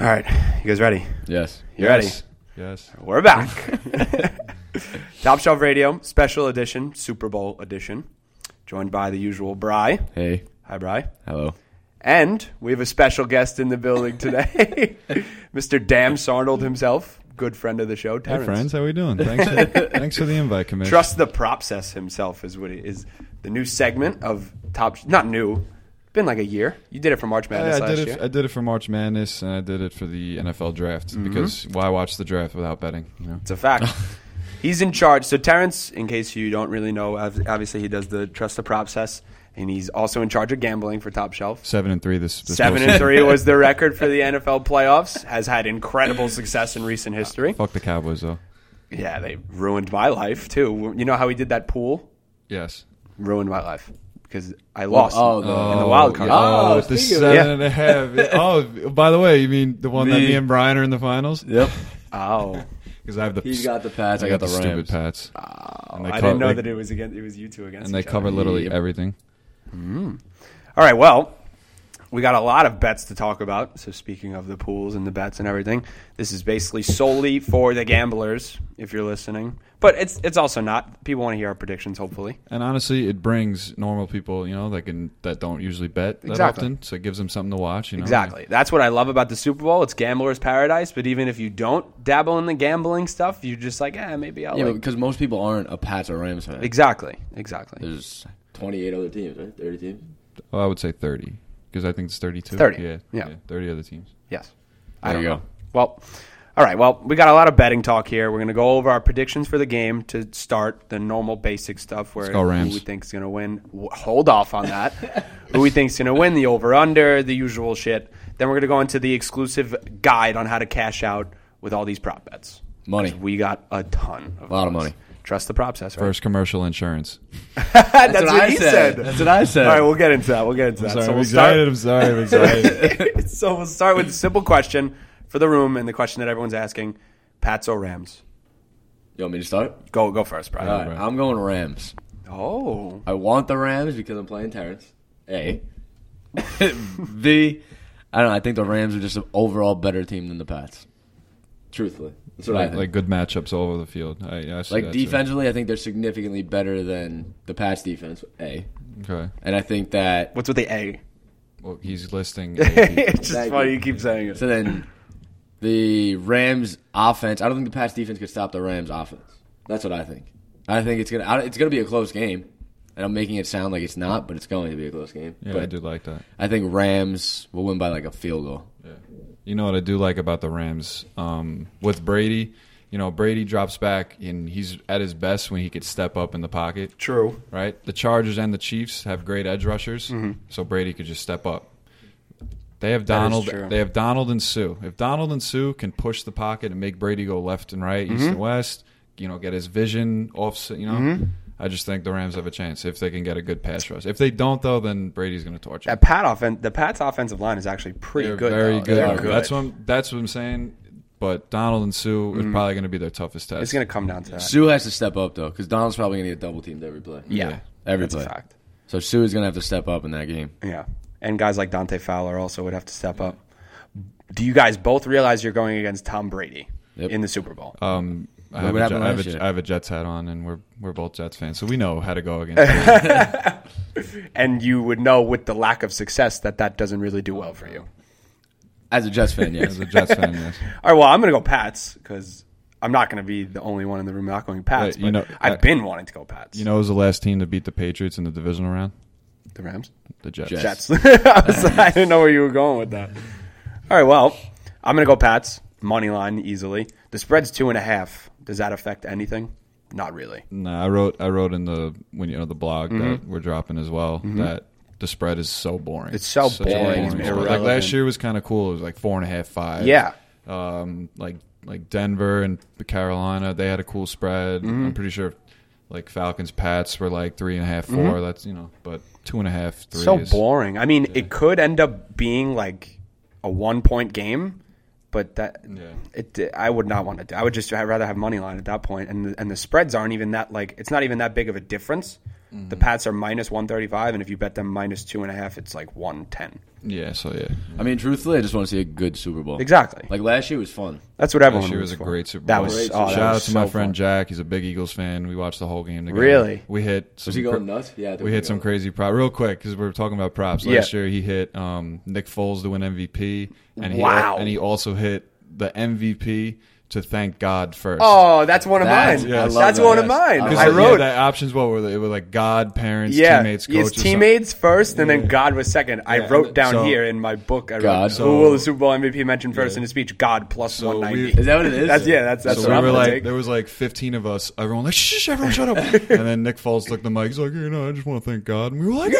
All right, you guys ready? Yes. You ready? Yes. We're back. Top Shelf Radio Special Edition, Super Bowl Edition, joined by the usual Bry. Hey. Hi, Bry. Hello. And we have a special guest in the building today, Mr. Dam Sarnold himself, good friend of the show, Hey, Terrence. friends. How we doing? Thanks for, thanks for the invite, Commissioner. Trust the process himself is what he is the new segment of Top. Not new, been like a year. You did it for March Madness Yeah, I last did it. year. Mm-hmm. I did it for March Madness, and I did it for the NFL draft because why watch the draft without betting? You know. It's a fact. He's in charge. So Terrence, in case you don't really know, ob- obviously he does the trust the process, and he's also in charge of gambling for Top Shelf. Seven and three. This, this Seven whole and season. three was the record for the NFL playoffs. Has had incredible success in recent history. Uh, Fuck the Cowboys though. Yeah, they ruined my life too. You know how he did that pool? Yes. Ruined my life because I lost oh, the- in the wild card. yeah. Oh, Oh, the speaking of- seven yeah. and a half. Oh, by the way, you mean the one that The- me and Brian are in the finals? Yep. Oh, Because I have the. He's got the Pats. I, got, the, Rams. stupid Pats, And they Oh, I co- didn't know they- that it was against it was you two against. and they each other. cover literally everything. All right. Well, we got a lot of bets to talk about. So speaking of the pools and the bets and everything, this is basically solely for the gamblers. If you're listening, but it's it's also not. People want to hear our predictions. Hopefully, And honestly, it brings normal people, you know, that can that don't usually bet that Exactly. often, so it gives them something to watch. You know? exactly. That's what I love about the Super Bowl. It's gamblers' paradise. But even if you don't dabble in the gambling stuff, you're just like, eh, maybe I'll. Yeah, like-" because most people aren't a Pats or Rams fan. exactly. Exactly. There's 28 other teams, right? 30 teams. Well, I would say thirty because I think it's thirty-two. 30, Yeah, yeah. Thirty other teams. Yes. There you don't go. Well, all right. Well, we got a lot of betting talk here. We're going to go over our predictions for the game to start the normal basic stuff where go, Rams. who we think's going to win. W- Hold off on that. who we think's going to win, the over under, the usual shit. Then we're going to go into the exclusive guide on how to cash out with all these prop bets. Money. 'Cause We got a ton of A lot of those. money. Trust the props, that's right. First commercial insurance. That's, what, I he said. said. That's what I said. All right, we'll get into that. We'll get into that. Sorry, so I'm we'll start excited. I'm sorry. I'm excited. so we'll start with a simple question for the room and the question that everyone's asking: Pats or Rams? You want me to start? Go go first, Brian. All right. I'm going Rams. Oh, I want the Rams because I'm playing Terrence. A. B. I don't know. I think the Rams are just an overall better team than the Pats. Truthfully. That's what I like, think. like good matchups all over the field. I, I see Like that, too. defensively, I think they're significantly better than the Pats defense. A, Okay. and I think that what's with the A? Well, he's listing. it's just Thank funny you. you keep saying it. so then the Rams offense. I don't think the Pats defense could stop the Rams offense. That's what I think. I think it's gonna I- it's gonna be a close game, and I'm making it sound like it's not, but it's going to be a close game. yeah, but I do like that. I think Rams will win by like a field goal. You know what I do like about the Rams um, with Brady. You know, Brady drops back and he's at his best when he could step up in the pocket. True. Right. The Chargers and the Chiefs have great edge rushers, Mm-hmm. so Brady could just step up. They have is Donald. true. They have Donald and Sue. If Donald and Sue can push the pocket and make Brady go left and right, Mm-hmm. east and west, you know, get his vision off. You know, I just think the Rams have a chance if they can get a good pass rush. If they don't, though, then Brady's going to torch. 'em. That Pat offen- the Pats offensive line is actually pretty They're good. Very though. good. They're They are good. That's what I'm, that's what I'm saying. But Donald and Sue Mm-hmm. is probably going to be their toughest test. It's going to come down to that. Sue has to step up though, because Donald's probably gonna get double teamed every play. yeah, every that's a play. fact. So Sue is gonna have to step up in that game. Yeah, and guys like Dante Fowler also would have to step up. Do you guys both realize you're going against Tom Brady Yep. in the Super Bowl? um, I have, what a, Jet- happened I, last have year? a, I have a Jets hat on, and we're we're both Jets fans, so we know how to go against. them. and you would know with the lack of success that that doesn't really do well for you. As a Jets fan, yes. As a Jets fan, yes. All right, well, I'm going to go Pats because I'm not going to be the only one in the room not going Pats. Wait, you but know- I've I- been wanting to go Pats. You know, it was the last team to beat the Patriots in the divisional round. the Rams, The Jets. Jets. Jets. I, was like, I didn't know where you were going with that. All right, well, I'm going to go Pats money line easily. The spread's two and a half. Does that affect anything? Not really. Nah, uh, I wrote I wrote in the when you know the blog that we're dropping as well that the spread is so boring. Mm-hmm. It's so Such a boring. It's spread. Like irrelevant. last year was kind of cool. It was like four and a half, five. Yeah. um, like like Denver and Carolina, they had a cool spread. Mm-hmm. I'm pretty sure like Falcons, Pats were like three and a half, four. That's you know, but two and a half, three. Mm-hmm. So is, boring. I mean, it could end up being like a one point game, but that Yeah. it I would not want to. do I would just I'd rather have money line at that point, and the, and the spreads aren't even that like it's not even that big of a difference. Mm-hmm. The Pats are minus one thirty five, and if you bet them minus two and a half, it's like one ten. Yeah, so yeah. I mean, truthfully, I just want to see a good Super Bowl. Exactly. Like last year was fun. That's what everyone. She was roots a for. great Super Bowl. That was Great oh, Super that Shout out was to my so friend fun. Jack. He's a big Eagles fan. We watched the whole game together. Really? We hit. Some Was he going cra- nuts? Yeah, I think we he hit some was. crazy prop real quick because we were talking about props. Yeah. Last year, he hit um, Nick Foles to win MVP, and he Wow. and he also hit the MVP to thank God first. Oh, that's one of That's- mine. yeah, I love that's that. one of Yes. mine. I Because I yeah, wrote. the options. What were they? It was like God, parents, Yeah, teammates, coach. yes, or something. teammates first, and then God was second. I wrote down so- here in my book. I God. wrote, So- who will the Super Bowl MVP mention first in his speech? God plus So one ninety. we- Is that what it is? That's yeah. That's that's so what we I'm were gonna like, take. there was like 15 of us. Everyone like, shh, shh, everyone shut up. and then Nick Foles took the mic. He's like, you know, I just want to thank God. And we were like,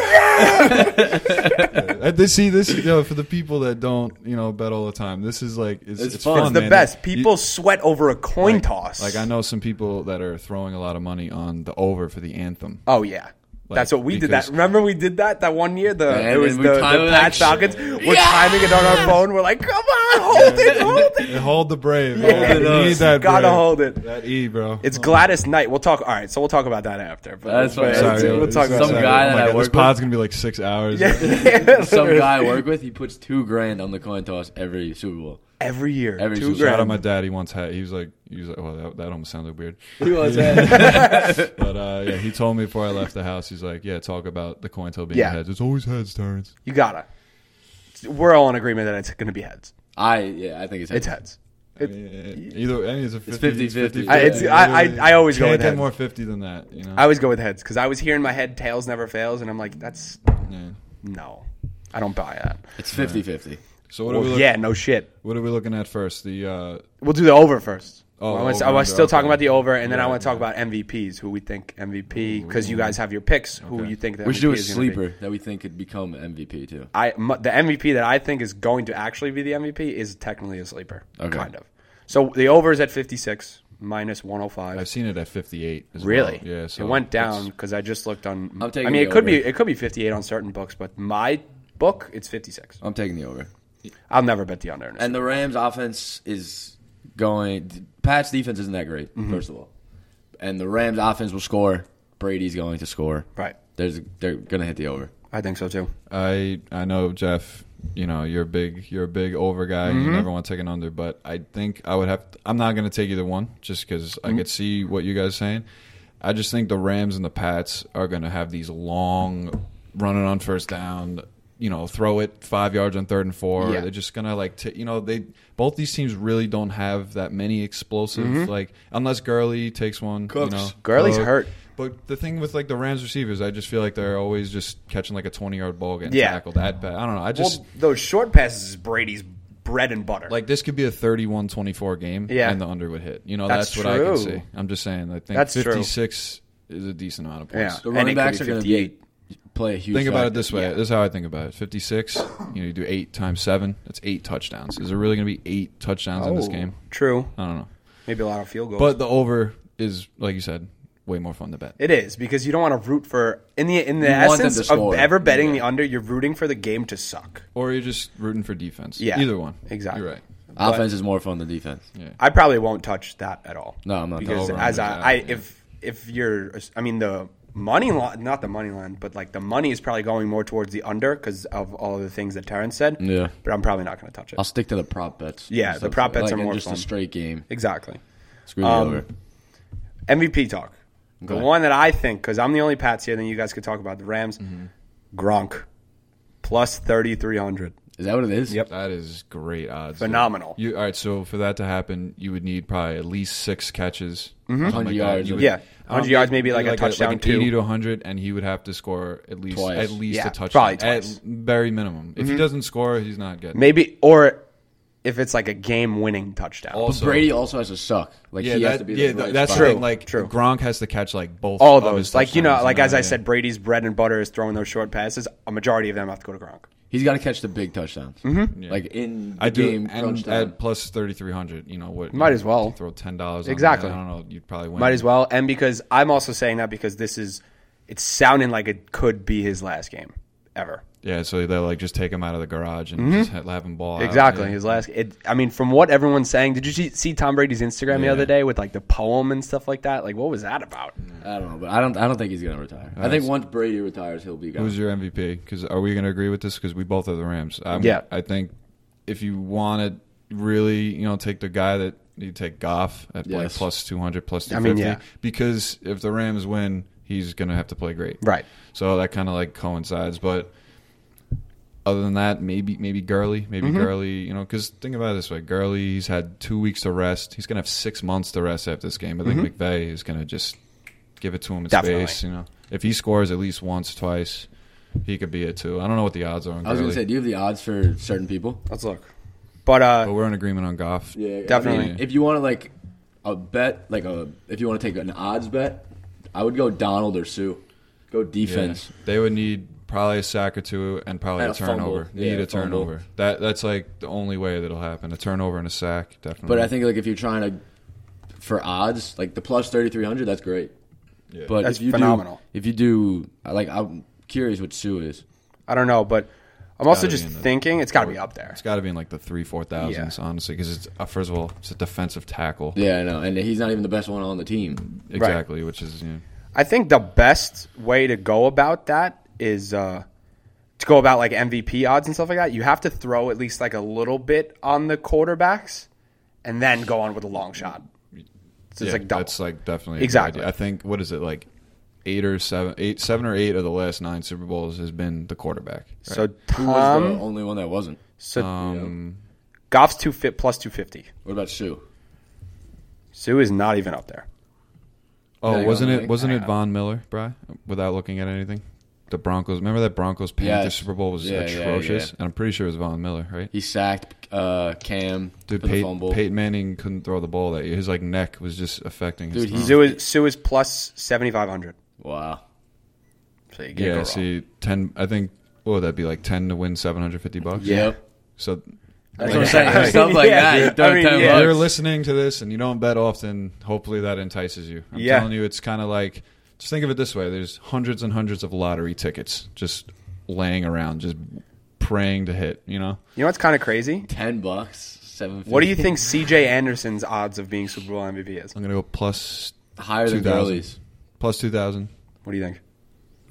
yeah. They see this you know, for the people that don't, you know, bet all the time. This is like, it's, It's it's, fun. fun. It's the man. best. You- People sweat over a coin toss. like I know some people that are throwing a lot of money on the over for the anthem. Oh yeah. Like, That's what we did. That because- remember we did that that one year. The Yeah, it was and the, we the timed it Pat like- Falcons. We're timing it on our phone. We're like, come on, hold it, hold it. And hold the brave. Yeah. You need that Gotta brave. hold it. That E, bro. It's Gladys Knight. We'll talk. All right, so we'll talk about that after. But, That's but fine. it's- Sorry, we'll it's talk about some that. guy that I Oh This work pod's gonna be like six hours. Yeah. Some guy I work with, he puts two grand on the coin toss every Super Bowl. every year. Every two season. Shout out grand. my dad. He once had. He was like, he was like, well, that, that almost sounded weird. He was yeah. But uh, yeah, he told me before I left the house. He's like, yeah, talk about the coin till being Yeah. heads. It's always heads, Terrence. You gotta. We're all in agreement that it's going to be heads. I yeah, I think it's It's heads. I mean, either I mean, it's a 50, 50-50. I, it's, I, I, I always go can't with get heads. more fifty than that. You know. I always go with heads because I was here in my head, tails never fails, and I'm like, that's yeah. no, I don't buy that. it's 50-50. So what are Well, we? Look, yeah, no shit. What are we looking at first? The uh, We'll do the over first. Oh, I was, over I was under, still talking okay. about the over, and then I Yeah, want to talk yeah. about MVPs, who we think MVP, because you guys have your picks, who you think that We should do a is gonna be. sleeper that we think could become MVP too. I m- the MVP that I think is going to actually be the MVP is technically a sleeper, Okay. kind of. So the over is at fifty six minus one hundred I've five. seen it at fifty-eight. As Really? Well. Yeah. So it went it's- down because I just looked on. I'm taking I mean, the it could be over. it could be fifty eight on certain books, but my book it's fifty six. I'm taking the over. I'll never bet the under. in a Oh. And the Rams offense is going Pat's defense isn't that great, Mm-hmm. first of all. And the Rams offense will score. Brady's going to score. Right. There's they're gonna hit the over. I think so too. I I know Jeff. You know you're a big you're a big over guy. Mm-hmm. You never want to take an under, but I think I would have. I'm not going to take either one just because Mm-hmm. I could see what you guys are saying. I just think the Rams and the Pats are going to have these long running on first down. You know, throw it five yards on third and four. Yeah. They're just gonna like, t- you know, they both these teams really don't have that many explosive like unless Gurley takes one. Cooks. You know, Mm-hmm. Gurley's Cook. hurt. But the thing with like the Rams receivers, I just feel like they're always just catching like a twenty yard ball, getting Yeah. tackled. That bad. I don't know. I just well, those short passes is Brady's bread and butter. like this could be a 31-24 game, Yeah. and the under would hit. You know, That's that's, what I true. can see. I'm just saying. I think That's true. fifty six is a decent amount of points. Yeah. The And running it could backs be are gonna be 58. play a huge Think about it factor. this way. Yeah. This is how I think about it. Fifty six. You know, you do eight times seven. That's eight touchdowns. Is there really going to be eight touchdowns in this Oh, game? True. I don't know. Maybe a lot of field goals. But the over is like you said, way more fun to bet. It is because you don't want to root for in the in the You want them essence to of score. ever betting the under. You're rooting for the game to suck. Or you're just rooting for defense. Yeah. Either one. Exactly. You're right. Offense is more fun than defense. Yeah. I probably won't touch that at all. No, I'm not because touching as it. I, I Yeah. if if you're I mean the money line not the money line but like the money is probably going more towards the under because of all of the things that Terrence said. Yeah. but I'm probably not going to touch it. I'll stick to the prop bets. Yeah, Just the like- prop bets like are in more just fun. a straight game. exactly. Screw the Um, over. MVP talk. The Okay. one that I think because I'm the only Pats here. Then you guys could talk about the Rams. Mm-hmm. Gronk plus thirty three hundred. Is that what it is? Yep. That is great odds. dude. Phenomenal. You all right? So for that to happen, you would need probably at least six catches, something 100 that. yards. You Mm-hmm. Um, Yeah. I 100 don't yards, think- maybe like a touchdown, an too. eighty to hundred, and he would have to score at least Twice. at least Yeah, a touchdown, probably twice. Mm-hmm. at very minimum. If he doesn't score, he's not getting. Maybe or if it's like a game winning touchdown. But Brady also has to suck. Like yeah, he that- has to be. yeah, the right that- that's spot. true. True, Like true. Gronk has to catch like both all of those. his Like you know, touchdowns, like and as I that- said, Brady's bread and butter is throwing those short passes. A majority of them have to go to Gronk. He's got to catch the big touchdowns. Mm-hmm. Like in the I do, game crunch and time. at plus thirty three hundred, you know what? Might as well. throw ten dollars. Exactly. I don't know. You'd probably win. Might as well. And because I'm also saying that because this is, it's sounding like it could be his last game ever. Yeah, so they're like just take him out of the garage and just ha- have him ball out. Mm-hmm. Exactly. Yeah. His last. It, I mean, from what everyone's saying, did you see, see Tom Brady's Instagram the Yeah. other day with like the poem and stuff like that? Like, what was that about? Mm. I don't know, but I don't. I don't think he's gonna retire. I think once Brady retires, he'll be gone. Who's your MVP? Because are we going to agree with this? Because we both are the Rams. i Yeah. I think if you want to really, you know, take the guy that you take Goff at like Yes. plus two hundred, plus two I fifty. mean, yeah. Because if the Rams win, he's going to have to play great. Right. So that kind of like coincides, but. Other than that, maybe maybe Gurley, maybe Mm-hmm. Gurley, you know, because think about it this way: Gurley, he's had two weeks to rest. He's gonna have six months to rest after this game. I think Mm-hmm. McVay is gonna just give it to him in Definitely. space. You know, if he scores at least once, twice, he could be it too. I don't know what the odds are on. I was gonna Gurley, say, do you have the odds for certain people? Let's look. But but uh, we're in agreement on Goff. Yeah, Definitely. if you want to like a bet, like a if you want to take an odds bet, I would go Donald or Sue. Go defense. They would need probably a sack or two and probably And a a fumble. turnover. They Yeah, need a a fumble. turnover. That that's like the only way that'll happen. A turnover and a sack, definitely. But I think like if you're trying to for odds, like the plus thirty three hundred, that's great. Yeah. But That's if you phenomenal. Do, if you do, I like I'm curious what Sue is. I don't know. But I'm also gotta just be in the- thinking it's got to be up there. it's got to be in like the three four thousands, honestly, because it's uh, first of all it's a defensive tackle, Yeah, I know, and he's not even the best one on the team. exactly, which is you know, I think the best way to go about that is uh, to go about like MVP odds and stuff like that. You have to throw at least like a little bit on the quarterbacks, and then go on with a long shot. So it's yeah, like double. that's like definitely a good Exactly. idea. I think what is it like eight or seven, eight, seven or eight of the last nine Super Bowls has been the quarterback. right? so Who was Tom, the only one that wasn't? so Um, Goff's two fit plus two fifty. What about Sue? Sue is not even up there. oh, Yeah, you wasn't wanna it think? wasn't Hang it on. Von Miller, Bri? Without looking at anything, the Broncos. Remember that Broncos Panthers Yes. Super Bowl was Yeah, yeah, atrocious, yeah. and I'm pretty sure it was Von Miller, right? He sacked uh, Cam Dude, for the Peyton, fumble. Peyton Manning couldn't throw the ball that year. His like neck was just affecting his. Dude, throw. he's- Sue is, Sue is plus seventy five hundred. Wow. So you can't yeah. go wrong. See, ten. I think. What would that be like ten to win seven hundred fifty bucks? Yep. So That's mean, what I'm saying. yeah, Stuff like yeah, that. dude. you throw I mean, 10 yeah. bucks. If you're listening to this and you don't bet often, hopefully that entices you. I'm Yeah. telling you, it's kind of like just think of it this way: there's hundreds and hundreds of lottery tickets just laying around, just praying to hit. You know, You know what's kind of crazy? 10 bucks, 7 What do you think CJ Anderson's odds of being Super Bowl MVP is? I'm gonna go plus Higher than 2,000. Gurley's. plus two thousand. What do you think?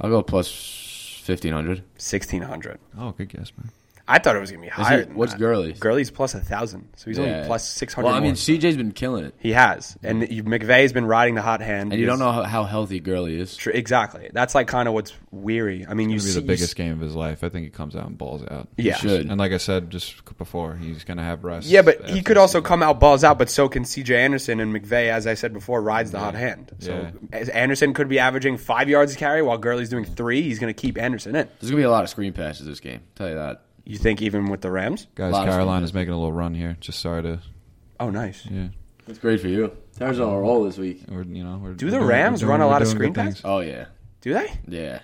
I'll go plus 1500. Sixteen hundred. Oh, good guess, man. I thought it was gonna be Is higher. he, than what's that. Gurley's? Gurley's plus a thousand, so he's Yeah. only plus six hundred. Well, I mean, CJ's been killing it. he has, and you- McVeigh's been riding the hot hand. And you don't It's know how, how healthy Gurley is. tr- exactly. That's like kind of what's weary. I mean, you It's see gonna be the biggest game of his life. I think he comes out and balls out. Yeah, Should. And like I said just c- before, he's gonna have rest. yeah, but after he could the also season. come out balls out. But so can CJ Anderson and McVeigh, as I said before, rides the hot hand. So as Anderson could be averaging five yards a carry while Gurley's doing three. He's going to keep Anderson in. There's going to be a lot of screen passes this game. Tell you that. You think even with the Rams? Guys, Lot of Carolina's screens. making a little run here. Just sorry to, Oh, nice. yeah. That's great for you. Tyler's on a roll this week. We're, you know, we're, Do we're the doing- we're Rams doing- run a we're lot of doing screen good things. passes? Oh, yeah. Do they? Yeah.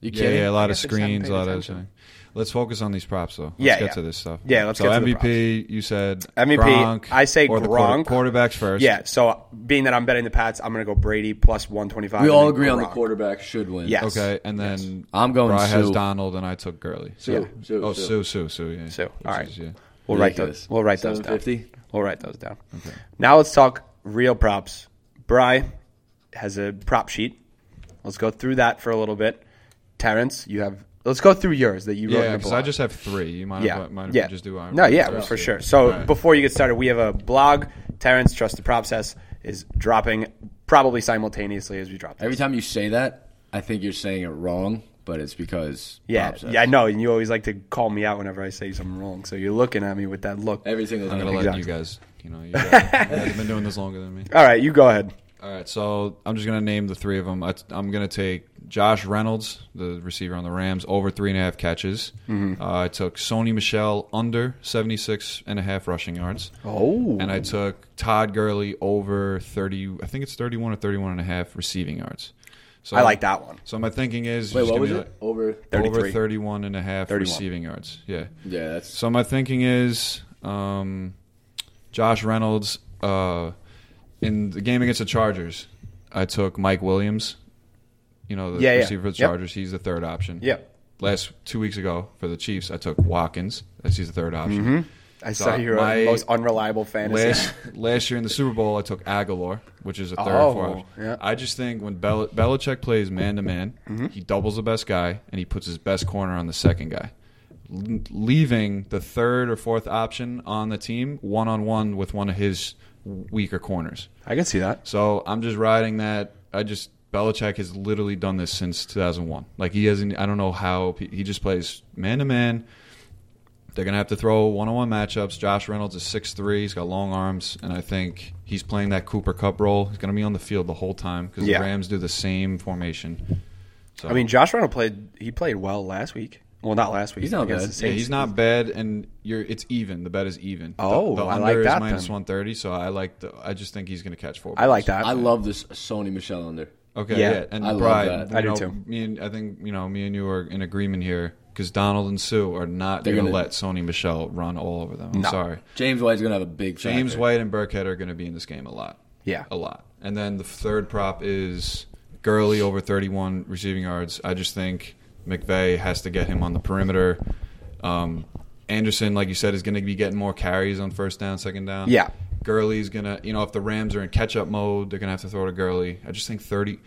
You Yeah, kidding? yeah, a lot of guess I just haven't screens, a paid lot of. attention. Let's focus on these props, though. Let's Yeah, get yeah. to this stuff. Yeah, let's so get to the MVP. you said MVP, Gronk, I say or the quarter- Gronk. quarterbacks first. Yeah. So being that I'm betting the Pats, I'm going to go Brady plus one twenty five. We all agree on the quarterback should win. Yes. Okay, and then I'm going Bri has Sue. Donald, and I took Gurley. Sue, Sue, oh, Sue. Sue, Sue, Sue. Yeah. Sue. Which All right. is, yeah. We'll write Ridiculous. those. We'll write those down. 750? We'll write those down. Now let's talk real props. Bry has a prop sheet. Let's go through that for a little bit. Terrence, you have. Let's go through yours that you wrote. in Yeah, the because I blog. just have three. You might yeah, have, might yeah. just do Iron no, Man yeah, first. for sure. So All right. before you get started, we have a blog. Terrence, trust the props S is dropping probably simultaneously as we drop. This. Every time you say that, I think you're saying it wrong, but it's because Yeah, Bob said it. yeah, I know. And you always like to call me out whenever I say something wrong. So you're looking at me with that look. Every single I'm time. gonna let Exactly. you guys. You know, you guys, you guys have been doing this longer than me. All right, you go ahead. All right, so I'm just gonna name the three of them. I, am gonna take Josh Reynolds, the receiver on the Rams, over three and a half catches. Uh, I took Sony Michelle under 76 and a half rushing yards, Oh, and I took Todd Gurley over 30. I think it's 31 or 31 and a half receiving yards. So I like that one. So my thinking is Wait, just what give was me it? Over. like over 33. 31 and a half 31. receiving yards. Yeah. Yeah, that's. So my thinking is, um, Josh Reynolds uh, in the game against the Chargers, I took Mike Williams. You know the Yeah, yeah. receiver for the Yep. Chargers. He's the third option. Yep. last two weeks ago for the Chiefs, I took Watkins. That's his third option. I saw your uh, my- most unreliable fantasy. Last last year in the Super Bowl, I took Aguilar, which is a third Oh, oh, four. yeah. Mm-hmm. I just think when Bel- Belichick plays man to man, he doubles the best guy and he puts his best corner on the second guy, L- leaving the third or fourth option on the team one on one with one of his weaker corners. I can see that. So I'm just riding that. I just Belichick has literally done this since 2001. Like he hasn't. I don't know how he he just plays man to man. They're gonna have to throw one-on-one matchups. Josh Reynolds is 6'3". He's got long arms, and I think he's playing that Cooper Cup role. He's gonna be on the field the whole time because Yeah. the Rams do the same formation. So I mean, Josh Reynolds played. He played well last week. Well, not last week. He's not against bad. the yeah, Saints. he's not bad, and you're it's even. The bet is even. The- Oh, the, I under like is that minus then. 130. So I like. The, I just think he's gonna catch four. I like balls. that. I love this Sony Michelle under. Okay, Yeah. yeah, and I love Brian, that. you I do know, too. Me and I think you know me and you are in agreement here because Donald and Sue are not They're going to gonna- let Sony Michelle run all over them. I'm No. sorry, James White's gonna have a big. James factor. White and Burkhead are going to be in this game a lot, Yeah. a lot. And then the third prop is Gurley over 31 receiving yards. I just think McVay has to get him on the perimeter. Um, Anderson, like you said, is going to be getting more carries on first down, second down. Yeah. Gurley's gonna, you know, if the Rams are in catch-up mode, they're gonna have to throw to Gurley. I just think thirty.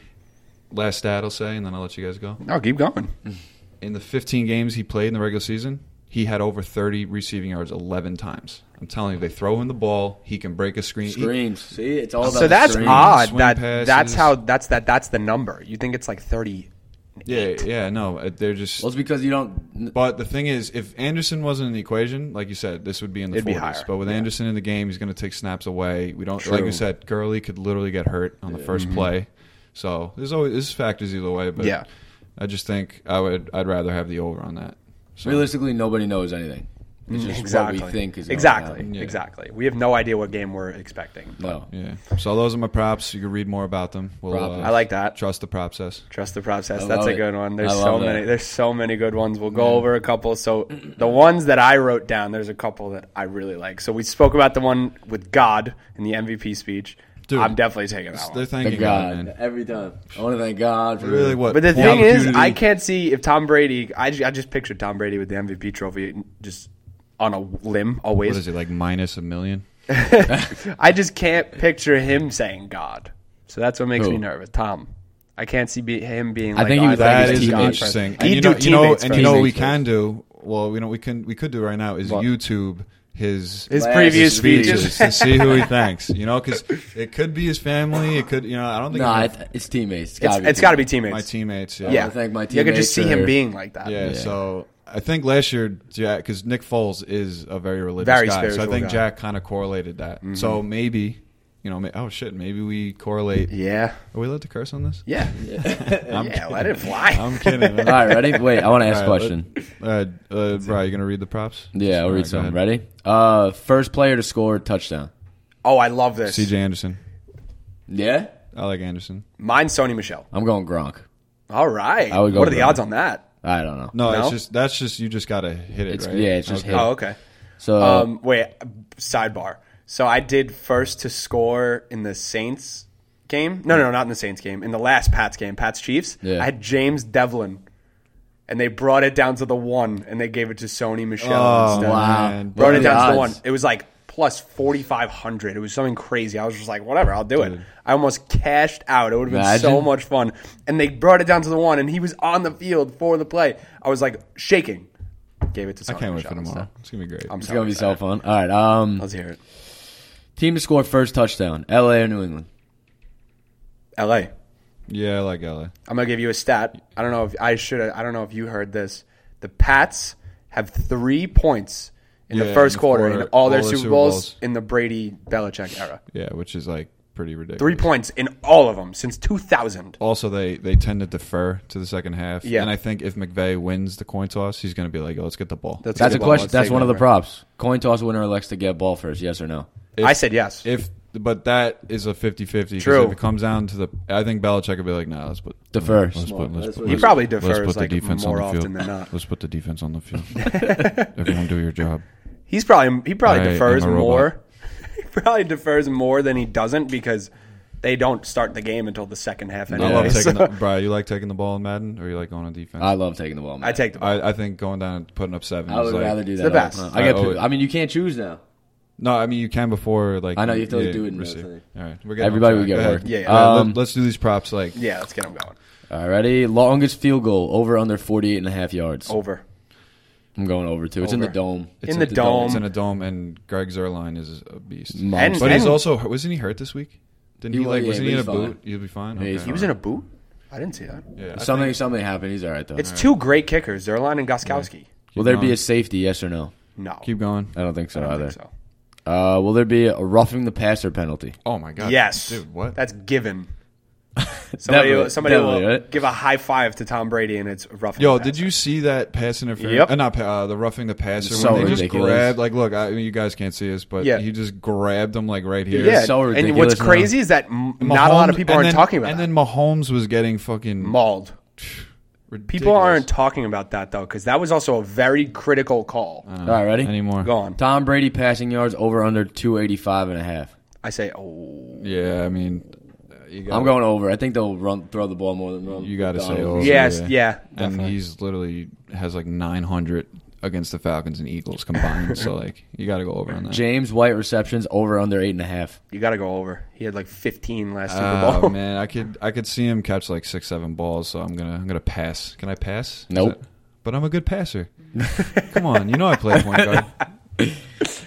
Last stat I'll say, and then I'll let you guys go. No, keep going. In the fifteen games he played in the regular season, he had over thirty receiving yards eleven times. I'm telling you, they throw him the ball, he can break a screen. He- Screens. See, it's all about. So the that's screens. odd. swing That that's passes. how that's that that's the number. You think it's like thirty? yeah, yeah, no, uh, they're just. Well, it's because you don't. But the thing is, if Anderson wasn't in the equation, like you said, this would be in the It'd be 40s. higher, But with Anderson in the game, he's going to take snaps away. We don't, like True. you said, Gurley could literally get hurt on the 1st play. So there's always there's factors either way. But Yeah. I just think I would I'd rather have the over on that. So Realistically, nobody knows anything. It's just what we think is gonna exactly happen. Yeah. exactly. We have no idea what game we're expecting. No, yeah. So those are my props. You can read more about them. We'll, uh, Props. I like that. Trust the process. Trust the process. I That's love a it. good one. I There's love so that. many. There's so many good ones. We'll go over a couple. So the ones that I wrote down, there's a couple that I really like. So we spoke about the one with God in the MVP speech. Dude. I'm definitely taking that They're one. thanking thank God, God man. every time. I want to thank God for Really, what? But the point thing is, opportunity- I can't see if Tom Brady. I, ju- I just pictured Tom Brady with the MVP trophy just on a limb What is always. it like minus a million? I just can't picture him saying God. So that's what makes Who? me nervous. Tom. I can't see be, him being. I Like, think oh, he I like would- That to Teammates is see first. God interesting. first. And He'd you do know, you know, teammates and you know first. what we Teammates can do. Well, we know we can we could do right now is YouTube his His Last previous speeches speeches. to see who he thanks. You know, because it could be his family. It could, you know, I don't think No, I'm it, it's teammates. It's It's, gotta be. it's got to be teammates. teammates. my teammates. Yeah. Yeah, I thank my You could just teammates see him for- being like that. Yeah, Yeah. So I think last year, Jack, because Nick Foles is a very religious Very guy, so I spiritual think guy. Mm-hmm. Jack kind of correlated that. So maybe, you know, ma- oh shit, maybe we correlate. yeah, Are we allowed to curse on this? yeah, I'm yeah. kidding. Let it fly. I'm kidding. All right, ready? Wait, I want to ask a All right, question. let- uh, uh, Brian, you gonna read the props? Yeah, I'll All right, read go some. ahead. Ready? Uh, first player to score a touchdown. Oh, I love this. C.J. Anderson. Yeah, I like Anderson. Mine's Sony Michelle. I'm going Gronk. All right. I would go what are for the that. odds on that? I don't know. No, No? it's just that's just you just gotta hit it, It's- right? yeah, Uh, it's just hit it. Oh, okay. So oh, Um, wait. Sidebar. So I did first to score in the Saints game. No, no, not in the Saints game. In the last Pats game, Pats Chiefs. Yeah. I had James Devlin, and they brought it down to the one, and they gave it to Sony Michelle Oh, instead. wow. man. What Brought are it the down to the one. odds? It was like plus 4,500. It was something crazy. I was just like, whatever, I'll do it. I almost cashed out. It would have been so Imagine. much fun. And they brought it down to the one, and he was on the field for the play. I was like, shaking. Gave it to I Sony can't wait Michel for tomorrow. instead. It's gonna be great. I'm it's so gonna be Oh, excited. so fun. All right. Um, Let's hear it. team to score first touchdown. L.A. or New England. LA. yeah, I like LA. I'm gonna give you a stat. I don't know if I should. I don't know if you heard this. The Pats have three points in Yeah, the first in the quarter, in quarter, all, their Super, Bowls, in the Brady Belichick era. Yeah, which is like pretty ridiculous. Three points in all of them since 2000. Also, they they tend to defer to the second half. Yeah. and I think if McVay wins the coin toss, he's gonna be like, "Yo, let's get the ball." That's a good one. question. Let's That's take one of that, the props. Coin toss winner elects to get ball first. Yes or no? right? I said yes. if but that is a 50-50. 'cause True. If it comes down to the, I think Belichick would be like, "Nah, let's put Defer. Let's put, let's, That's put- what He Let's- probably let's defers put the like defense more on the often field. than not. Let's put the defense on the field. Everyone, do your job. He's probably he probably I am defers a robot. more. he probably defers more than he doesn't because they don't start the game until the second half. I Anyway, love so- taking the, Brian, you like taking the ball in Madden or you like going on defense? I love taking the ball. Man. I take the ball. I, I think going down and putting up seven. Uh, I is would like- rather do that. the all best. time. I get. I owe it. I mean, you can't choose now. No, I mean you can before like I know, you have to, like, do it in receive. the thing. All right, we're getting Everybody on would track. get Go work. ahead. Yeah, yeah. All right, Um, let, us do these props like yeah, let's get them going. Alrighty, longest field goal over under 48 and a half yards. Over. I'm going over too. It's in the Oh. Over. dome. in the a dome. It's in a dome, and Greg Zerline is a beast. Monster. But he's And- also wasn't he hurt this week? Didn't he, He was, like yeah, wasn't he in but a he's fine. boot? He'll be fine. Yeah, he's- He was in a boot. I didn't see that. Yeah, I something think- something happened. He's all right though. It's two great kickers, Zerline and Goskowski. will there be going. a safety? Yes or no? No, keep going. I don't think so I don't either. think so. Uh, will there be a roughing the passer penalty? Oh my god. Yes, dude, what? That's given. Somebody, Definitely, somebody definitely, will right? give a high five to Tom Brady, and it's rough. Yo, did you see that pass interference? Yep. Uh, not pa- uh, the roughing the passer So when they just ridiculous. grabbed. Like, look, I, I mean, you guys can't see us, but Yeah. he just grabbed him like right here. Yeah, so and ridiculous what's now. crazy is that m- not a lot of Mahomes- people and aren't then- talking about And that. then Mahomes was getting fucking mauled. ridiculous. People aren't talking about that though, because that was also a very critical call. Uh. all right, ready? anymore. Go on. Tom Brady passing yards over under 285 and a half. I say, oh, Yeah, I mean, you got I'm going over. I think they'll run throw the ball more than run. You got to say Donald. over. Yes, yeah, and definitely. he's literally has like 900 against the Falcons and Eagles combined. so like, you got to go over on that. James White receptions over under eight and a half. you got to go over. He had like 15 last Super Oh Bowl. man, I could I could see him catch like six seven balls. So I'm gonna I'm gonna pass. Can I pass? Is Nope. that- but I'm a good passer. Come on, you know I play point guard.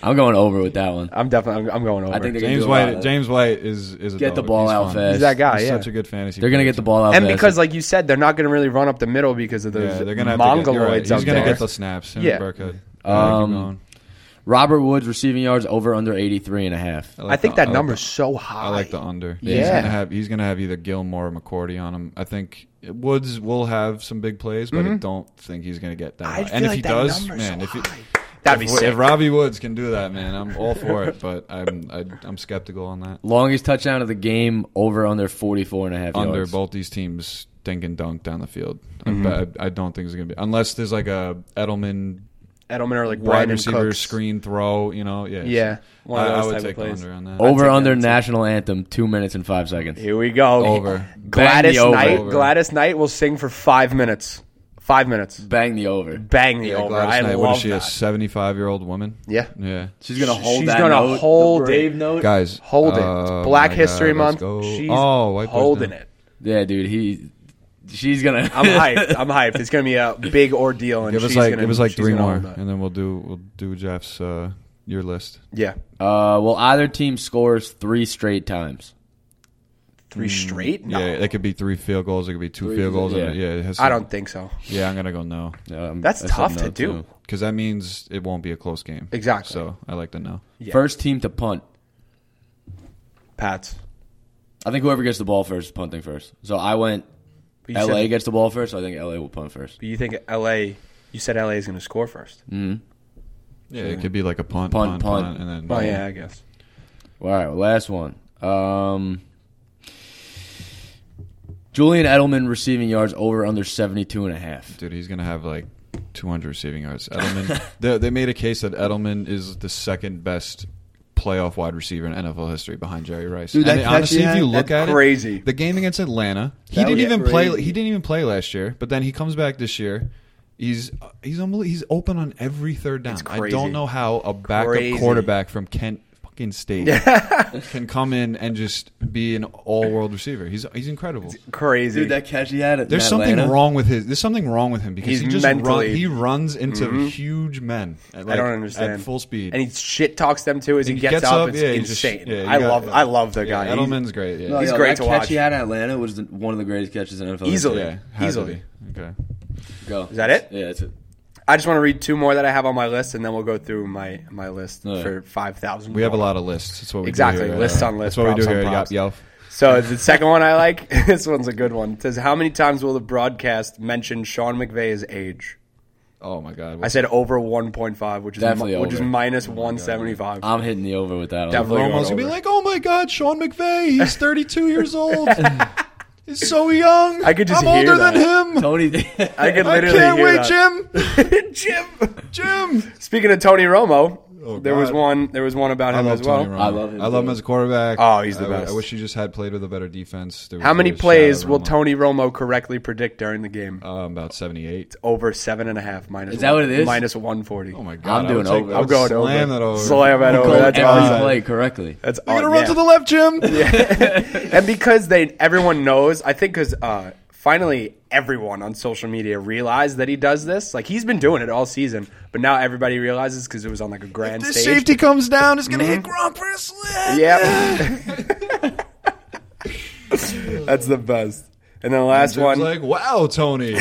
I'm going over with that one. I'm definitely. I'm, I'm going over. I think they're gonna James do a lot of White. that. James White is is a Get the dog. ball He's out fun. fast. he's that guy. He's Yeah. such a good fantasy. They're gonna player, get the too. ball out. and fast. because, like you said, they're not going to really run up the middle because of those Yeah, they're gonna have to get, mongoloids you're right. out He's gonna there. get those snaps. Him Yeah. yeah. Um, Robert Woods receiving yards over under 83 and a half. I think that number's so high. I like the under. Yeah. He's gonna have he's gonna have either Gilmore or McCourty on him. I think Woods will have some big plays, but I don't think he's gonna get that. Mm-hmm. I high. feel And if like he that does, number's man, if he, high. That'd be if, sick. if Robbie Woods can do that, man, I'm all for it. But I'm I, I'm skeptical on that. Longest touchdown of the game over under 44 and a half Under yards. both these teams, dink and dunk down the field. I- Mm-hmm. I, I don't think it's gonna be unless there's like a Edelman Edelman or like wide Brandon receiver Cooks. screen throw. You know, yeah, Yeah, one of I, I those would type of take the plays. under on that. over I'd take under that, too. national anthem, two minutes and five seconds. Here we go. Over. Gladys Bang the over. Knight. Over. Gladys Knight will sing for five minutes. Five minutes. Bang the over. Bang the Yeah, over. Gladys I Knight, love what is she? A that. seventy-five-year-old woman? Yeah. Yeah. She's gonna hold She's that gonna note, the hold brave it. note. Guys, Hold it. uh, It's Black my History God, Month. let's go. She's oh, White Boys holding down. it. Yeah, dude, he she's gonna I'm hyped. I'm hyped. It's gonna be a big ordeal, and Give us she's like gonna, give us like she's three gonna more, hold that. and then we'll do we'll do Jeff's uh, your list. Yeah, Uh, well, either team scores three straight times. three straight. No, Hmm. Yeah, it could be three field goals. It could be two Three field field- goals. Yeah, yeah. yeah, it has I some- don't think so. Yeah, I'm gonna go no Um, That's I said tough no, to do. too. because that means it won't be a close game. Exactly. So I like the no. Yeah. First team to punt. Pats. I think whoever gets the ball first is punting first. So I went. But you LA said- gets the ball first. So I think LA will punt first. but you think LA? You said LA is gonna score first. Yeah, it could be like a punt, Punt, punt, punt. punt, and then Oh yeah, I guess. All right, well, last one. Um, Julian Edelman receiving yards over under 72 and a half. Dude, he's gonna have like 200 receiving yards. Edelman. they, they made a case that Edelman is the second best playoff wide receiver in NFL history behind Jerry Rice. Dude, that and catch honestly, he if had- you look that's at crazy. it, the game against Atlanta, he That didn't was even play. crazy. He didn't even play last year, but then he comes back this year. He's he's unbelievable. he's open on every third down. I crazy. don't know how a backup Crazy. quarterback from Kent fucking state can come in and just be an all-world receiver. He's he's incredible. Crazy. Dude, that catch he had at There's in something Atlanta. wrong with his. There's something wrong with him because He's he just mentally- Mm-hmm. run, he runs into huge men. At, I like, don't understand. At full speed, and he shit talks them too as he, And gets, up. It's yeah, he just- insane. yeah, you I got- love. I love the yeah, guy. He's- Edelman's great. Yeah, No, He's yo, great Oh, that to catch watch. he had in Atlanta was the, one of the greatest catches in NFL history. Easily. yeah, had to Easily. be. Okay, Go. Is that it? Yeah, that's it. I just want to read two more that I have on my list, and then we'll go through my my list All right. for five thousand. we have a lot of lists. That's what we Exactly. Do here. Lists Uh, on lists, That's what we props do on here. props. Yelp, So the second one I like. this one's a good one. It says, "How many times will the broadcast mention Sean McVay's age?" Oh my god. I said over one point five, which is Definitely mi- which is over. Oh minus one seventy five. Uh, I'm hitting the over with that. Definitely. One. Romo's gonna be over. like, "Oh my god, Sean McVay. He's 32 years old. He's so young. I could just I'm hear older that. than him. Tony. I could I literally can't hear wait, that. Jim. Jim. Jim. Speaking of Tony Romo, Oh, There was God. one. There was one about I him love as well. Tony Romo. I love him I love him too. as a quarterback. Oh, he's the I- best. I wish he just had played with a better defense. There was How many always a shot at plays will Romo. Tony Romo correctly predict during the game? Um, about seventy-eight. Over seven and a half. Minus Is that what it is? Minus one forty. Oh my God! I doing would take- over. I would I'm going slam over. that over. Slam that over. Called That's every awesome. play correctly. That's You're gonna aw- run yeah. to the left, Jim. and because they everyone knows, I think because uh, finally everyone on social media realized that he does this. Like he's been doing it all season, but now everybody realizes because it was on like a grand This stage. safety comes down. It's gonna hit Gronk for a slam. Yep. That's the best. And then last Jim's one. like, wow, Tony.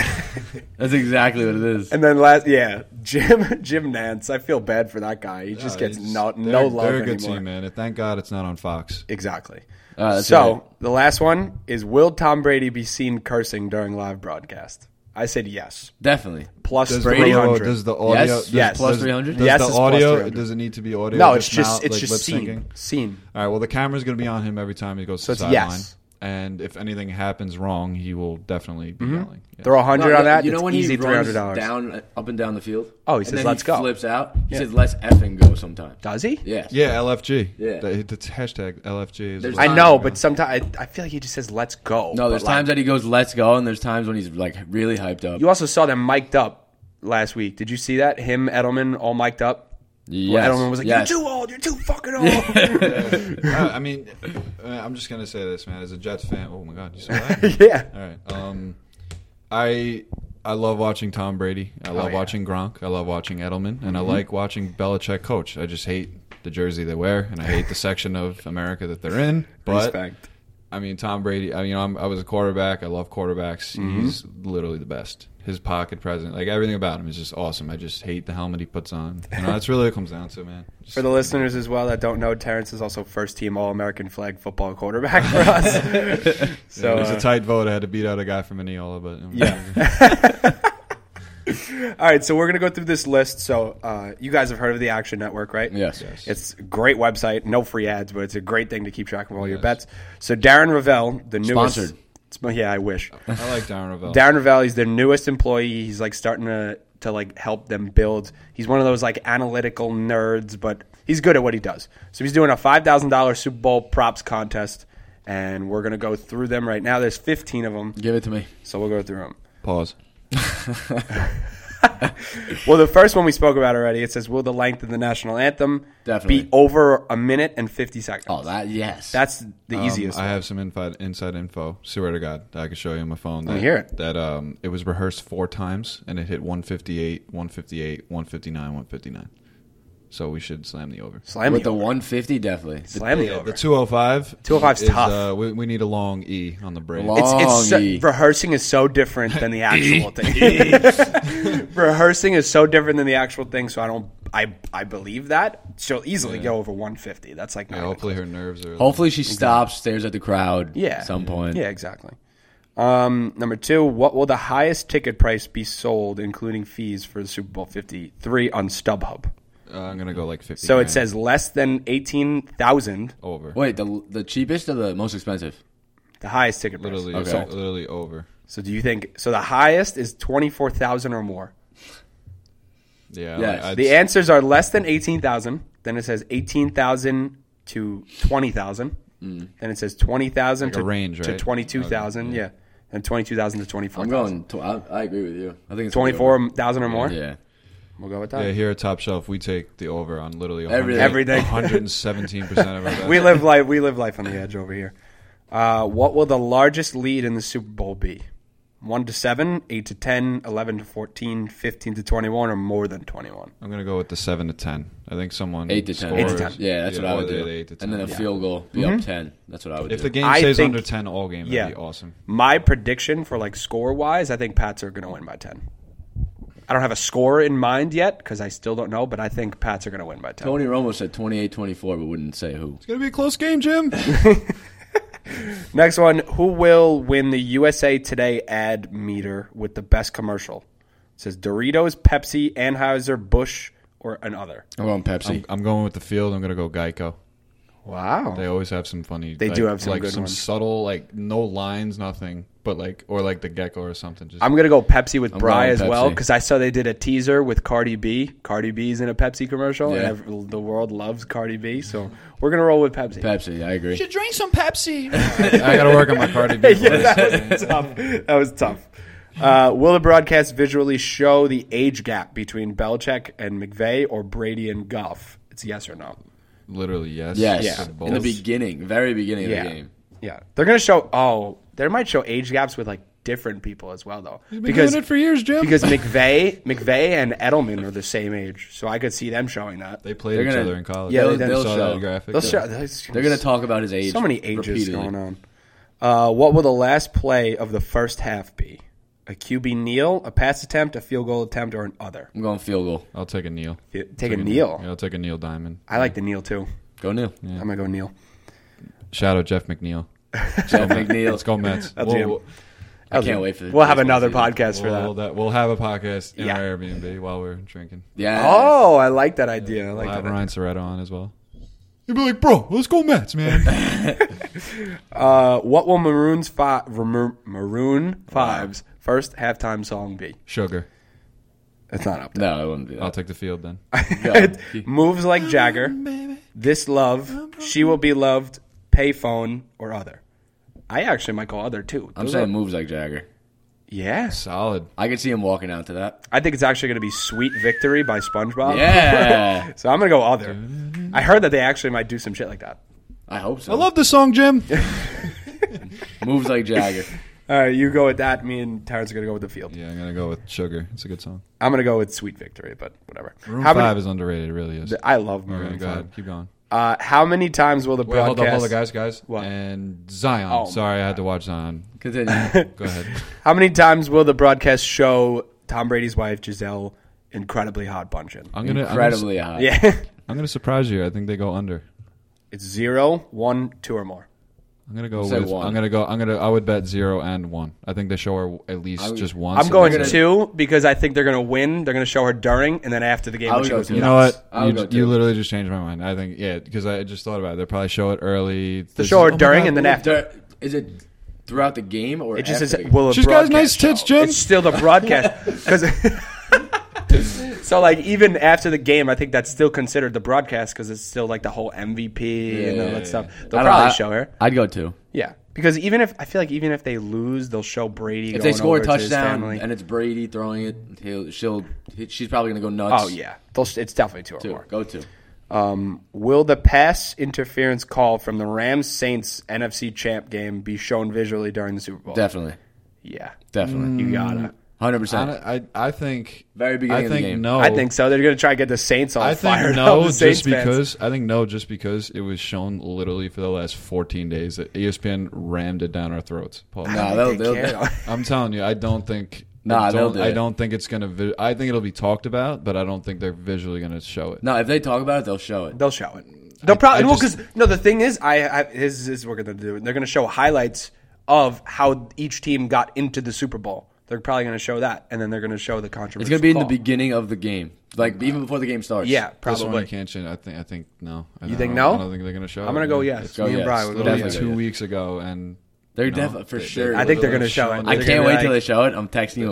That's exactly what it is. and then last, yeah, Jim Jim Nance. I feel bad for that guy. He just gets no no Uh, They're- love They're a good anymore. team, man. And Thank God it's not on Fox. Exactly. Uh, that's so right. the last one is: Will Tom Brady be seen cursing during live broadcast? I said yes. Definitely. Plus Does three the, audio- hundred. does the audio? Yes. does- Yes. Plus does- 300? Does Yes is the plus audio? 300. Does it need to be audio? no, it's just mouth- it's like just lip-syncing? seen seen. All right. Well, the camera's going to be on him every time he goes to it's the sideline. yes. And if anything happens wrong, he will definitely be yelling. Yeah. Mm-hmm. Throw a hundred No, on that. You know it's when easy he three runs hundred dollars. down, uh, up and down the field. Oh, he and says, then "Let's go." Flips out. He says, "Let's effing go." Sometimes. Does he? Yeah. Yeah, LFG. Yeah. That- that's hashtag LFG. Is There's- I Time know, to go. but sometimes I, I feel like he just says "Let's go." No, there's but, like, times that he goes, "Let's go," and there's times when he's like really hyped up. You also saw them mic'd up last week. Did you see that? Him, Edelman, all mic'd up. Yes. Edelman was like, Yes. "You're too old. You're too fucking old." I I mean, uh, I'm just gonna say this, man. As a Jets fan, oh my god, you saw that? yeah. All right. Um, I I love watching Tom Brady. I love Oh, yeah. Mm-hmm. watching Gronk. I love watching Edelman, and I like watching Belichick coach. I just hate the jersey they wear, and I hate the section of America that they're in. But Respect. I mean, Tom Brady. I mean, I'm, I was a quarterback. I love quarterbacks. Mm-hmm. He's literally the best. His pocket presence, like everything about him, is just awesome. I just hate the helmet he puts on. You know, that's really what it comes down to, man. Just- For the listeners as well that don't know, Terrence is also first team All American flag football quarterback for us. so it was uh, a tight vote. I had to beat out a guy from Mineola, but Yeah. All right, so we're gonna go through this list. So uh, you guys have heard of the Action Network, right? Yes. It's a great website, no free ads, but it's a great thing to keep track of all your Yes. bets. So Darren Ravel, the newest, Sponsored. Sp- yeah, I wish. I like Darren Ravel. Darren Ravel, he's their newest employee. He's like starting to to like help them build. He's one of those like analytical nerds, but he's good at what he does. So he's doing a five thousand dollar Super Bowl props contest, and we're gonna go through them right now. There's fifteen of them, Give it to me. so we'll go through them. Pause. Well, the first one we spoke about already. It says, "Will the length of the national anthem Definitely. be over a minute and fifty seconds?" Oh, that yes. that's the Um, easiest. I one. have some inside inside info. Swear to God, I can show you on my phone. That, me hear it. That um, it was rehearsed four times and it hit 158, 158, 159, 159. So we should slam the over. Slam with the the 150 definitely. The- Slam the Yeah, over. The 205. 205 's is, tough. Uh, we, we need a long E on the break. Long- It's, it's so, Longy. rehearsing is so different than the actual thing. rehearsing is so different than the actual thing. So I don't. I I believe that she'll easily go over 150. That's like Yeah, not- hopefully her nerves are. Hopefully she stops, stares at the crowd. yeah. At some point. Yeah, exactly. Um, number two, what will the highest ticket price be sold, including fees, for the Super Bowl 53 on StubHub? Uh, I'm gonna go like 50. So it grand says less than 18,000, over. Wait, the the cheapest or the most expensive? the highest ticket price. Literally, Okay. sold. literally over. So do you think so? The highest is 24,000 or more. Yeah. Yes. I'd The s- answers are less than 18,000. Then it says 18,000 to 20,000. Then it says 20,000 a to, range, to right? 22,000. Yeah. And 22,000 to I'm 24,000. going. Tw- I, I agree with you. I think it's gonna be over. 24,000 or more? Yeah. We'll go with Yeah, that. here at Top Shelf, we take the over on literally Everything. 100 Everything. 117% of our bets. We live life we live life on the edge over here. Uh, what will the largest lead in the Super Bowl be? 1 to 7, 8 to 10, 11 to 14, 15 to 21 or more than 21? I'm gonna go with the seven to ten. I think someone Eight to ten. Eight to Mm-hmm. scores. 10. Yeah, that's what I or would the- do. the eight to and 10. then a field goal, be up ten. That's what I would If do. the game I stays think- under ten all game, that'd Yeah. be awesome. My prediction for like score wise, I think Pats are going to win by 10. I don't have a score in mind yet because I still don't know, but I think Pats are going to win by 10. Tony Romo said 28-24, but wouldn't say who. It's gonna be a close game, Jim. Next one Who will win the USA Today ad meter with the best commercial? It says Doritos, Pepsi, Anheuser, Busch, or another. I'm going Pepsi. I'm going with the field. I'm gonna go Geico. Wow. They always have some funny. They like- do have some like good some ones. subtle like no lines, nothing, but like or like the gecko or something. Just I'm gonna go Pepsi with I'm Bry going as well Pepsi. because I saw they did a teaser with Cardi B. Cardi B's in a Pepsi commercial, and Yeah. ev- the world loves Cardi B, so we're gonna roll with Pepsi. Pepsi, I agree. should drink some Pepsi. I gotta work on my Cardi B. yeah, voice. that was tough. That was tough. Uh, will the broadcast visually show the age gap between Belichick and McVay or Brady and Goff? It's yes or no. Literally, yes. Yes, Yeah. For in the both. beginning, very beginning Yeah, of the game. yeah. They're gonna show. Oh, they might show age gaps with like different people as well, though. been doing it for years, Jim. Because McVay, McVay and Edelman are the same age, so I could see them showing that. they played They're each gonna- other in college. Yeah, they they they'll saw show. that graphic. They'll Yeah. show. They're They're going to talk about his age. So many ages repeatedly. going on. Uh, what will the last play of the first half be? A QB kneel, a pass attempt, a field goal attempt, or an other? I'm going field goal. I'll take a kneel. Take, a kneel. Yeah, I'll take a kneel diamond. I like the kneel too. Go new. I'm gonna go kneel. Shout out Jeff McNeil. Jeff McNeil. Let's go Mets. That's We'll- him. we'll- I can't wait for the We'll have baseball another season. podcast for We'll, that. that, we'll have a podcast in Yeah. our Airbnb while we're drinking. Yeah. Oh, I like that idea. I like We'll have that. idea. Ryan Serrato on as well. You'll be like, bro, let's go Mets, man. Uh, what will Maroon's fi- Ramar- Maroon Five's first halftime song be? Sugar. It's not up there. No, it wouldn't be I'll that. take the field then. Go. Moves like Jagger. This love. She will be loved. Payphone or other. I actually might go other too. I'm Those saying are- moves like Jagger. yes. Solid. I could see him walking out to that. I think it's actually going to be Sweet Victory by SpongeBob. Yeah. So I'm going to go other. I heard that they actually might do some shit like that. I hope so. I love this song, Jim. moves like Jagger. All right, you go with that. Me and Terrence are going to go with the field. yeah, I'm gonna go with Sugar. It's a good song. I'm going to go with Sweet Victory, but whatever. Room how five many, is underrated. It really is. I love All Maroon right, go Five. ahead. Keep going. Uh, how many times will the Wait, broadcast? hold up, hold up, guys, guys. What? And Zion. Oh, Sorry, I had to watch Zion. Continue. Go ahead. How many times will the broadcast show Tom Brady's wife Giselle incredibly hot bunching? I'm gonna I'm gonna, Incredibly high. Yeah, I'm gonna surprise you. I think they go under. it's zero, one, two, or more. I'm gonna go Say with. one. I'm gonna go. I'm gonna. I would bet zero and one. I think they show her at least I would- just once. I'm and going that's it. two because I think they're going to win. They're going to show her during and then after the game. I when would she go goes two. nuts. You know what? I'll You, go you two. literally just changed my mind. I think yeah, because I just thought about it. They probably show it early. The This show her is- oh my during God, and then look, after. There- Is it throughout the game or It just after is. the game? Will a She's got nice broadcast tits, show. Jim. It's still the broadcast because. so like even after the game, I think that's still considered the broadcast because it's still like the whole MVP and all Yeah, that yeah, stuff. yeah. They'll I don't know, probably I- show her. I'd go two. Yeah, because even if I feel like even if they lose, they'll show Brady. If going they score over a to his touchdown family. and it's Brady throwing it, he'll, she'll she's probably gonna go nuts. oh yeah, they'll, it's definitely two or two. more. Go two. Um, will the pass interference call from the Rams Saints NFC Champ game be shown visually during the Super Bowl? Definitely, yeah, definitely, you gotta. hundred I, percent. don't- I I think Very beginning I of think the game. no. I think so. They're gonna try to get the Saints all Oh. I fired think no, up. The Saints just fans. because I think no, just because it was shown literally for the last 14 days that E ESPN rammed it down our throats. Paul. Nah, I they'll, don't think they'll, they care. I'm telling you, I don't think. Nah, I they'll don't, do I it. don't think it's gonna. Vi- I think it'll be talked about, but I don't think they're visually gonna show it. no, if they talk about it, they'll show it. They'll show it. They'll probably I well just- because no. The thing is, I, I this, is- this is what we're gonna do. They're gonna show highlights of how each team got into the Super Bowl. They're probably gonna show that, and then they're gonna show the controversy. It's gonna be in the beginning of the game, like even before the game starts. Yeah, This one you probably. can't change. I think. I think no. I You think don't- no? I don't think they're gonna show. I'm gonna it. go yes. It's Go Me and yes. Brian would go literally yes. Definitely two go yes. weeks ago, and They're you know, defi- for sure. I think they're literally gonna show showing it. I They're can't gonna be wait till they like- show it. I'm texting you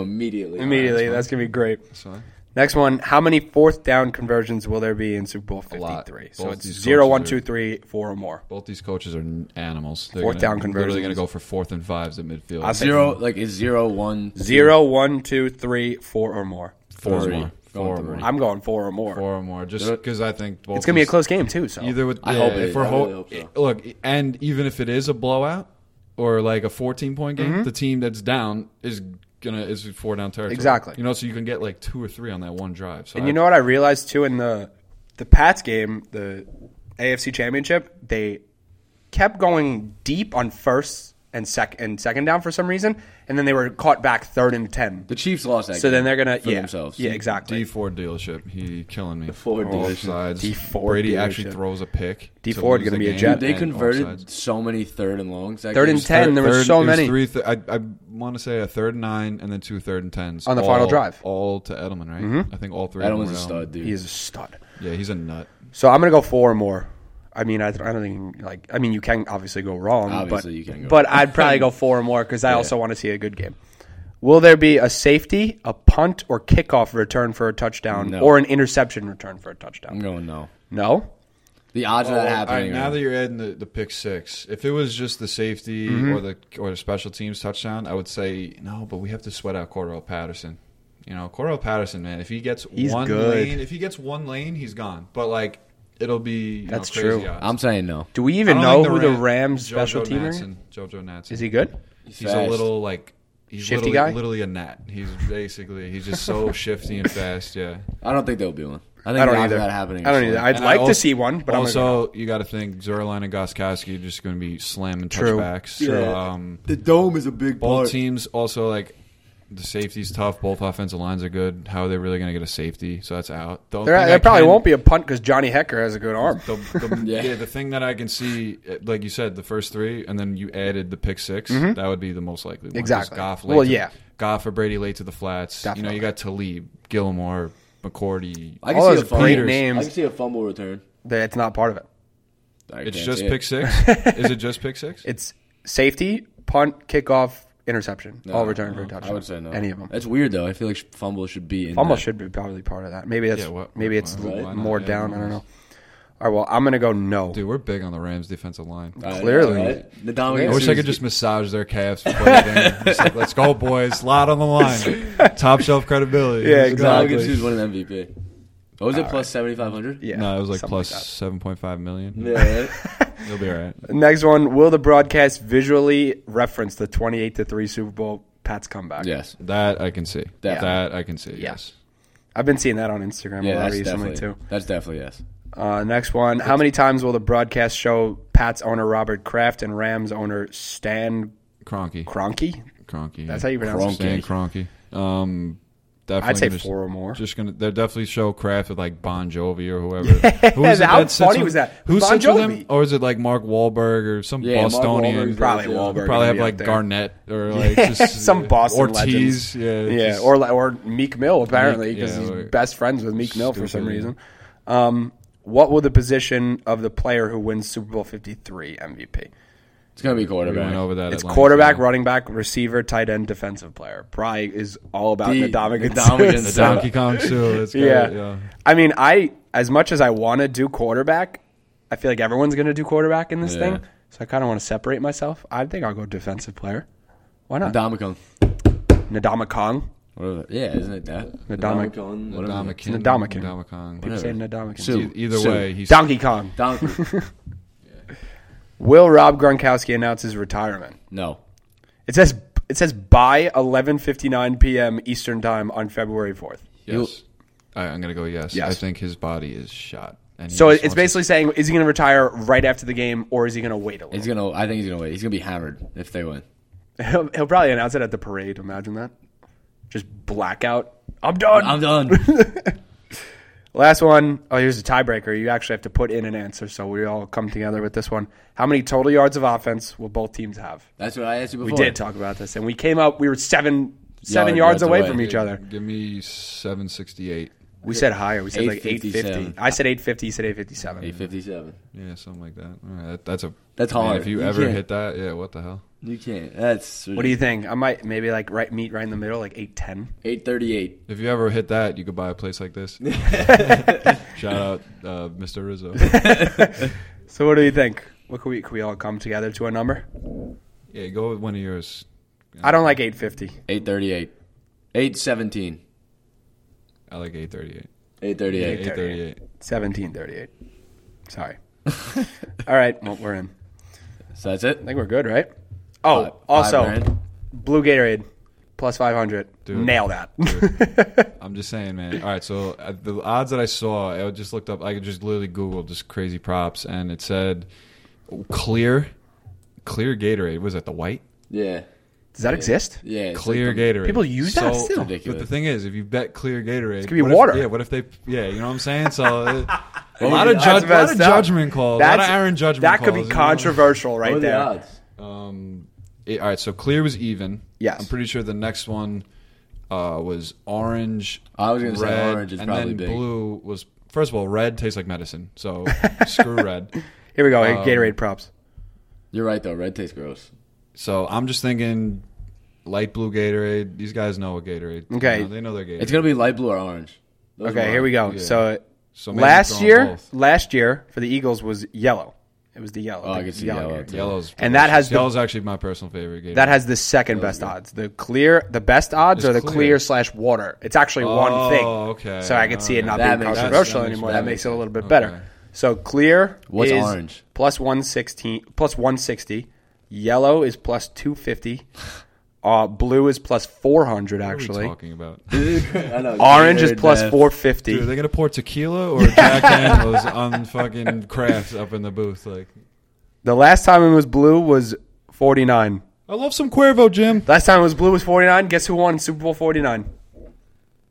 immediately. Immediately, that's gonna be great. So, Next one: How many fourth down conversions will there be in Super Bowl lot. 53? So Both it's these zero, coaches one, are- two, three, four or more. both these coaches are n- animals. They're Fourth gonna, down They're conversions. gonna go for fourth and fives at midfield. I'll say Zero, like is zero one Zero, one, two, three, four or more. four three. more. Going Four three. more. I'm going four or more. Four or more. Just because I think both It's gonna be a these- close game too. So Either with I yeah, hope it if is. we're I ho- really hope so. look, and even if it is a blowout or like a fourteen point Mm-hmm. game, the team that's down is gonna is four down territory. Exactly. You know, so you can get like two or three on that one drive. So And you know what I realized too in the the Pats game, the AFC Championship, they kept going deep on first and sec and second down for some reason, and then they were caught back third and ten. The Chiefs lost that. So then they're gonna for yeah, themselves. yeah D exactly. Ford dealership, he killing me. The Ford dealership. D Ford Brady actually dealership. throws a pick. D to Ford lose gonna the be a game, jet. They and converted offsides. so many third and longs. That Third game and was 10. And there were so it was many. Three th- I, I want to say a third and nine, and then two third and tens On the final all- drive. Mm-hmm. all to Edelman, right? I think all three. of them Edelman's were a Edelman. stud, dude. He is a stud. Yeah, he's a nut. So I'm gonna go four or more. I mean, I, I don't think like I mean you can obviously go wrong, Obviously but you can go but wrong. I'd probably go four or more because I also want to see a good game. Will there be a safety, a punt, or kickoff return for a touchdown, No. or an interception return for a touchdown? I'm going no. No. The odds Oh, of that All right, happening. now are- that you're adding the, the pick six, if it was just the safety Mm-hmm. or the or the special teams touchdown, I would say no. But we have to sweat out Cordell Patterson. You know, Cordell Patterson, man. If he gets He's one good. lane, if he gets one lane, he's gone. But like, it'll be you That's know, crazy true. odds. I'm saying no. Do we I even don't know think who the Ram- Rams Jojo special teamer is? Natson, JoJo Natson. Is he good? He's fast. a little like he's Shifty literally, guy? literally a gnat. He's basically he's just so shifty and fast. Yeah. I don't think there'll be one. I think I the don't odds either. of that happening. I don't is either. low. I'd And I like also- to see one, but I'm also, you got to think Zerline and Goskowski are just going to be slamming True. touchbacks. Yeah. Um, The dome is a big both part. teams also like the safety's tough. Both offensive lines are good. How are they really going to get a safety? So that's out. The there, there probably won't be a punt because Johnny Hecker has a good arm. The, the, Yeah. yeah. the thing that I can see, uh, like you said, the first three, and then you added the pick 6 That would be the most likely. One, 'cause Mm-hmm. Exactly. Goff late Well, to- yeah. Goff or Brady late to the flats. You know, Definitely. you got Talib, Gilmore, McCourty. I can All see those a fumble. great I names. can see a fumble return. That's not part of it. I It's can't just see it. pick six. Is it just pick six? It's safety, punt, kickoff, interception, all return for a touchdown. Uh, I would say no. Any of them. That's weird though. I feel like fumble should be in. Fumble that. should be probably part of that. Maybe that's Yeah, what- maybe it's why- why not? more Yeah, down. who I don't knows? know. All right, well, I'm gonna go no. Dude, we're big on the Rams defensive line. All right, Clearly. all right. Uh, The Dominican I wish I Sue's- could just massage their calves before the game. Just like, let's go, boys. Lot on the line. Top shelf credibility. Yeah, Let's go. exactly. Dominican Sue's winning MVP. What was it? Plus seventy five hundred. Yeah, No, it was like something plus that. 7.5 million. Yeah. You'll be all right. Next one: Will the broadcast visually reference the 28 to three Super Bowl Pats comeback? yes. That I can see. Yeah. That I can see. Yeah. Yes. I've been seeing that on Instagram a Yeah. lot That's recently definitely. too. That's definitely yes. Uh, next one: How many times will the broadcast show Pats owner Robert Kraft and Rams owner Stan Cronky. Kroenke? Cronky. That's how you pronounce it. Stan Cronky. Um, definitely I'd say gonna- four or more. Just gonna, they'll definitely show Kraft with like Bon Jovi or whoever. Who is it how sits funny with- was that? Who Bon sits with them? Jovi. Or is it like Mark Wahlberg or some Yeah, Mark Bostonian? Wahlberg's Probably Yeah. Wahlberg. probably have would be up like there. Garnett or like just uh, Some Boston Ortiz, legends. yeah, yeah, just- or or Meek Mill apparently Meek, because yeah, he's or- best friends with Meek Mill for Stupid, some yeah. reason. Um, what will the position of the player who wins Super Bowl Fifty Three MVP? It's gonna be we went quarterback. over that. It's at length, quarterback, yeah. running back, receiver, tight end, defensive player. Probably is all about The- the Dominican. Ndamukong The So- Donkey Kong Sue. That's great, yeah. yeah. I mean, I as much as I want to do quarterback, I feel like everyone's going to do quarterback in this Yeah. thing. So I kind of want to separate myself. I think I'll go defensive player. Why not? Dominican. Nadama Kong. Whatever. Yeah, isn't it that? The The Dominic- Dominican. The Whatever. Dominican. Ndamukong. Ndamukong. People say Nadama Sue. Kong. E- Either Sue. way, he's Donkey Kong. Dominican. Will Rob Gronkowski announce his retirement? No. It says it says by 11:59 p.m. Eastern Time on February 4th. Yes. I, I'm gonna go yes. Yes. I think his body is shot. And he So just it's wants to- basically saying is he going to retire right after the game or is he going to wait a He's little? gonna. I think he's gonna wait. He's gonna be hammered if they win. He'll, he'll probably announce it at the parade, imagine that. Just blackout. I'm done. I'm done. Last one. Oh, here's a tiebreaker. You actually have to put in an answer so we all come together with this one. How many total yards of offense will both teams have? That's what I asked you We before. did talk about this and we came up we were 7 7 Yard- yards yards away, away. from each other. Give me 768. We said higher. We said like 850. 857. I said 850. You said 857. Eight fifty seven. Yeah, something like that. All right, that- that's a That's man, hard. If you, You ever can't- hit that, yeah, what the hell? You can't. That's What do you think? I might maybe like right meet right in the middle, like 810. Eight thirty eight. If you ever hit that, you could buy a place like this. Shout out, uh, Mr. Rizzo. So what do you think? What could we could we all come together to a number? Yeah, go with one of yours. I don't like 850. Eight thirty eight. Eight seventeen. I like 838. Eight thirty Yeah, eight. 838. 1738. Sorry. all right, well, we're in. So that's I it. think we're good, right? Oh, Five- also five grand. Blue Gatorade plus 500. Dude. Nail that. I'm just saying, man. All right, so uh, the odds that I saw, I just looked up. I just literally Googled just crazy props, and it said clear, clear Gatorade. Was that the white? Yeah. Does that exist? Yeah. it's Clear like the- Gatorade. People use that still? Ridiculous. But the thing is, if you bet clear Gatorade, it could be what if- water. yeah, what if they? Yeah, you know what I'm saying. So uh, a lot of, That's judge, lot messed of up. judgment calls, a lot of Aaron judgment. That could calls, be you know? controversial What right are the there. odds? Um, it- all right, so clear was even. Yes. I'm pretty sure the next one uh, was orange. I was gonna say red, orange is and probably then big. blue was. First of all, red tastes like medicine, so screw red. Here we go. Um, Gatorade props. You're right though. Red tastes gross. So I'm just thinking light blue Gatorade. These guys know what Gatorade. you Okay. know, they know their Gatorade. It's gonna be light blue or orange. Those Okay, are here we go. Yeah. So so maybe last throwing year, both. last year for the Eagles was yellow. It was the yellow. Oh, I the can see yellow, Gatorade. too. yellow's And that has the- yellow's actually my personal favorite Gatorade. That has the second best odds. The clear, the best odds It's are the clear, clear. slash water. It's actually one Oh, thing. okay. So I could see it Okay. not That being makes sense. controversial That makes- anymore. that That, makes makes it a little bit sense. better. Okay. So clear What's is orange? plus one sixteen, plus one sixty. Yellow is plus two fifty. Uh, blue is plus four hundred What are we actually. talking about? I know, Orange is Gatorade, plus Def. four fifty. Dude, are they gonna pour tequila or Jack Daniels on fucking crafts up in the booth? Like, The last time it was blue was forty nine. I love some Cuervo, Jim. Last time it was blue was 49. Guess who won Super Bowl 49?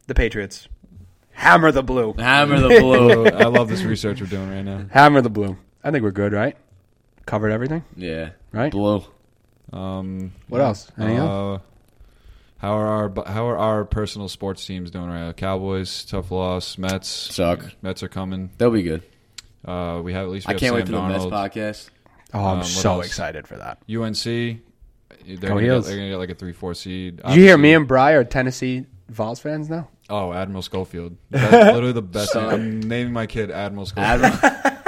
The Patriots. Hammer the blue. Hammer the blue. Oh, I love this research we're doing right now. Hammer the blue. I think we're good, right? Covered everything, yeah. right? Blue. Um, What else? Anything else? uh, how are our bu- how are our personal sports teams doing right now? Cowboys tough loss. Mets Suck. Mets are coming. That'll be good. Uh, we have at least. We I have can't wait Sam for the Darnold. Mets podcast. Oh, I'm what so else? excited for that. UNC. They're Go gonna, get, Heels. they're gonna get like a three four seed. Did you hear me Obviously- and Bry are Tennessee Vols fans now? Oh, Admiral Schofield. That's literally the best. name. Son. I'm naming my kid Admiral Schofield. Admiral,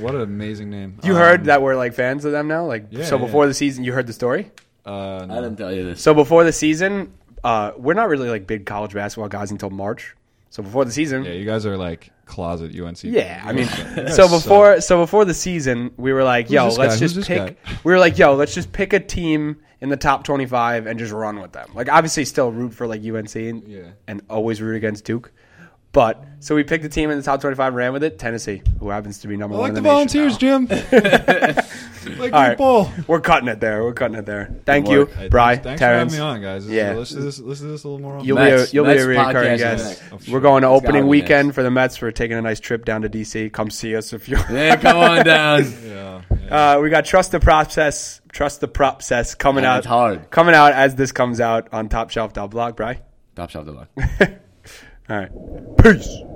What an amazing name. You Um, heard that we're like fans of them now? Like Yeah, so yeah. before the season you heard the story? Uh, no. I didn't tell you this. So before the season, uh, we're not really like big college basketball guys until March. So before the season, Yeah, you guys are like closet UNC. Yeah, I mean, You guys so suck. before so before the season, we were like, "Yo, this let's guy? Who's just this pick." guy? We were like, "Yo, let's just pick a team in the top twenty-five and just run with them." Like, obviously, still root for like UNC and, Yeah. and always root against Duke. But so we picked a team in the top twenty-five, ran with it. Tennessee, who happens to be number I one like in the the, nation volunteers, now. Jim. like All your right. ball. We're cutting it there. We're cutting it there. Thank Good you, work. Hey, Bry, thanks, thanks Terrence. for having me on, guys. This, Yeah. yeah, listen to this. Listen to this a little more. Often. You'll Mets- be a, you'll be Mets a reoccurring podcast guest. next. Oh, We're sure. going to It's gotta opening be weekend next. for the Mets. We're taking a nice trip down to DC. Come see us if you're. Yeah, come on down. yeah, yeah. Uh, we got trust the process, trust the process coming Yeah, out it's hard. coming out as this comes out on Top Shelf Blog, Bry. Top shelf the luck. All right, peace.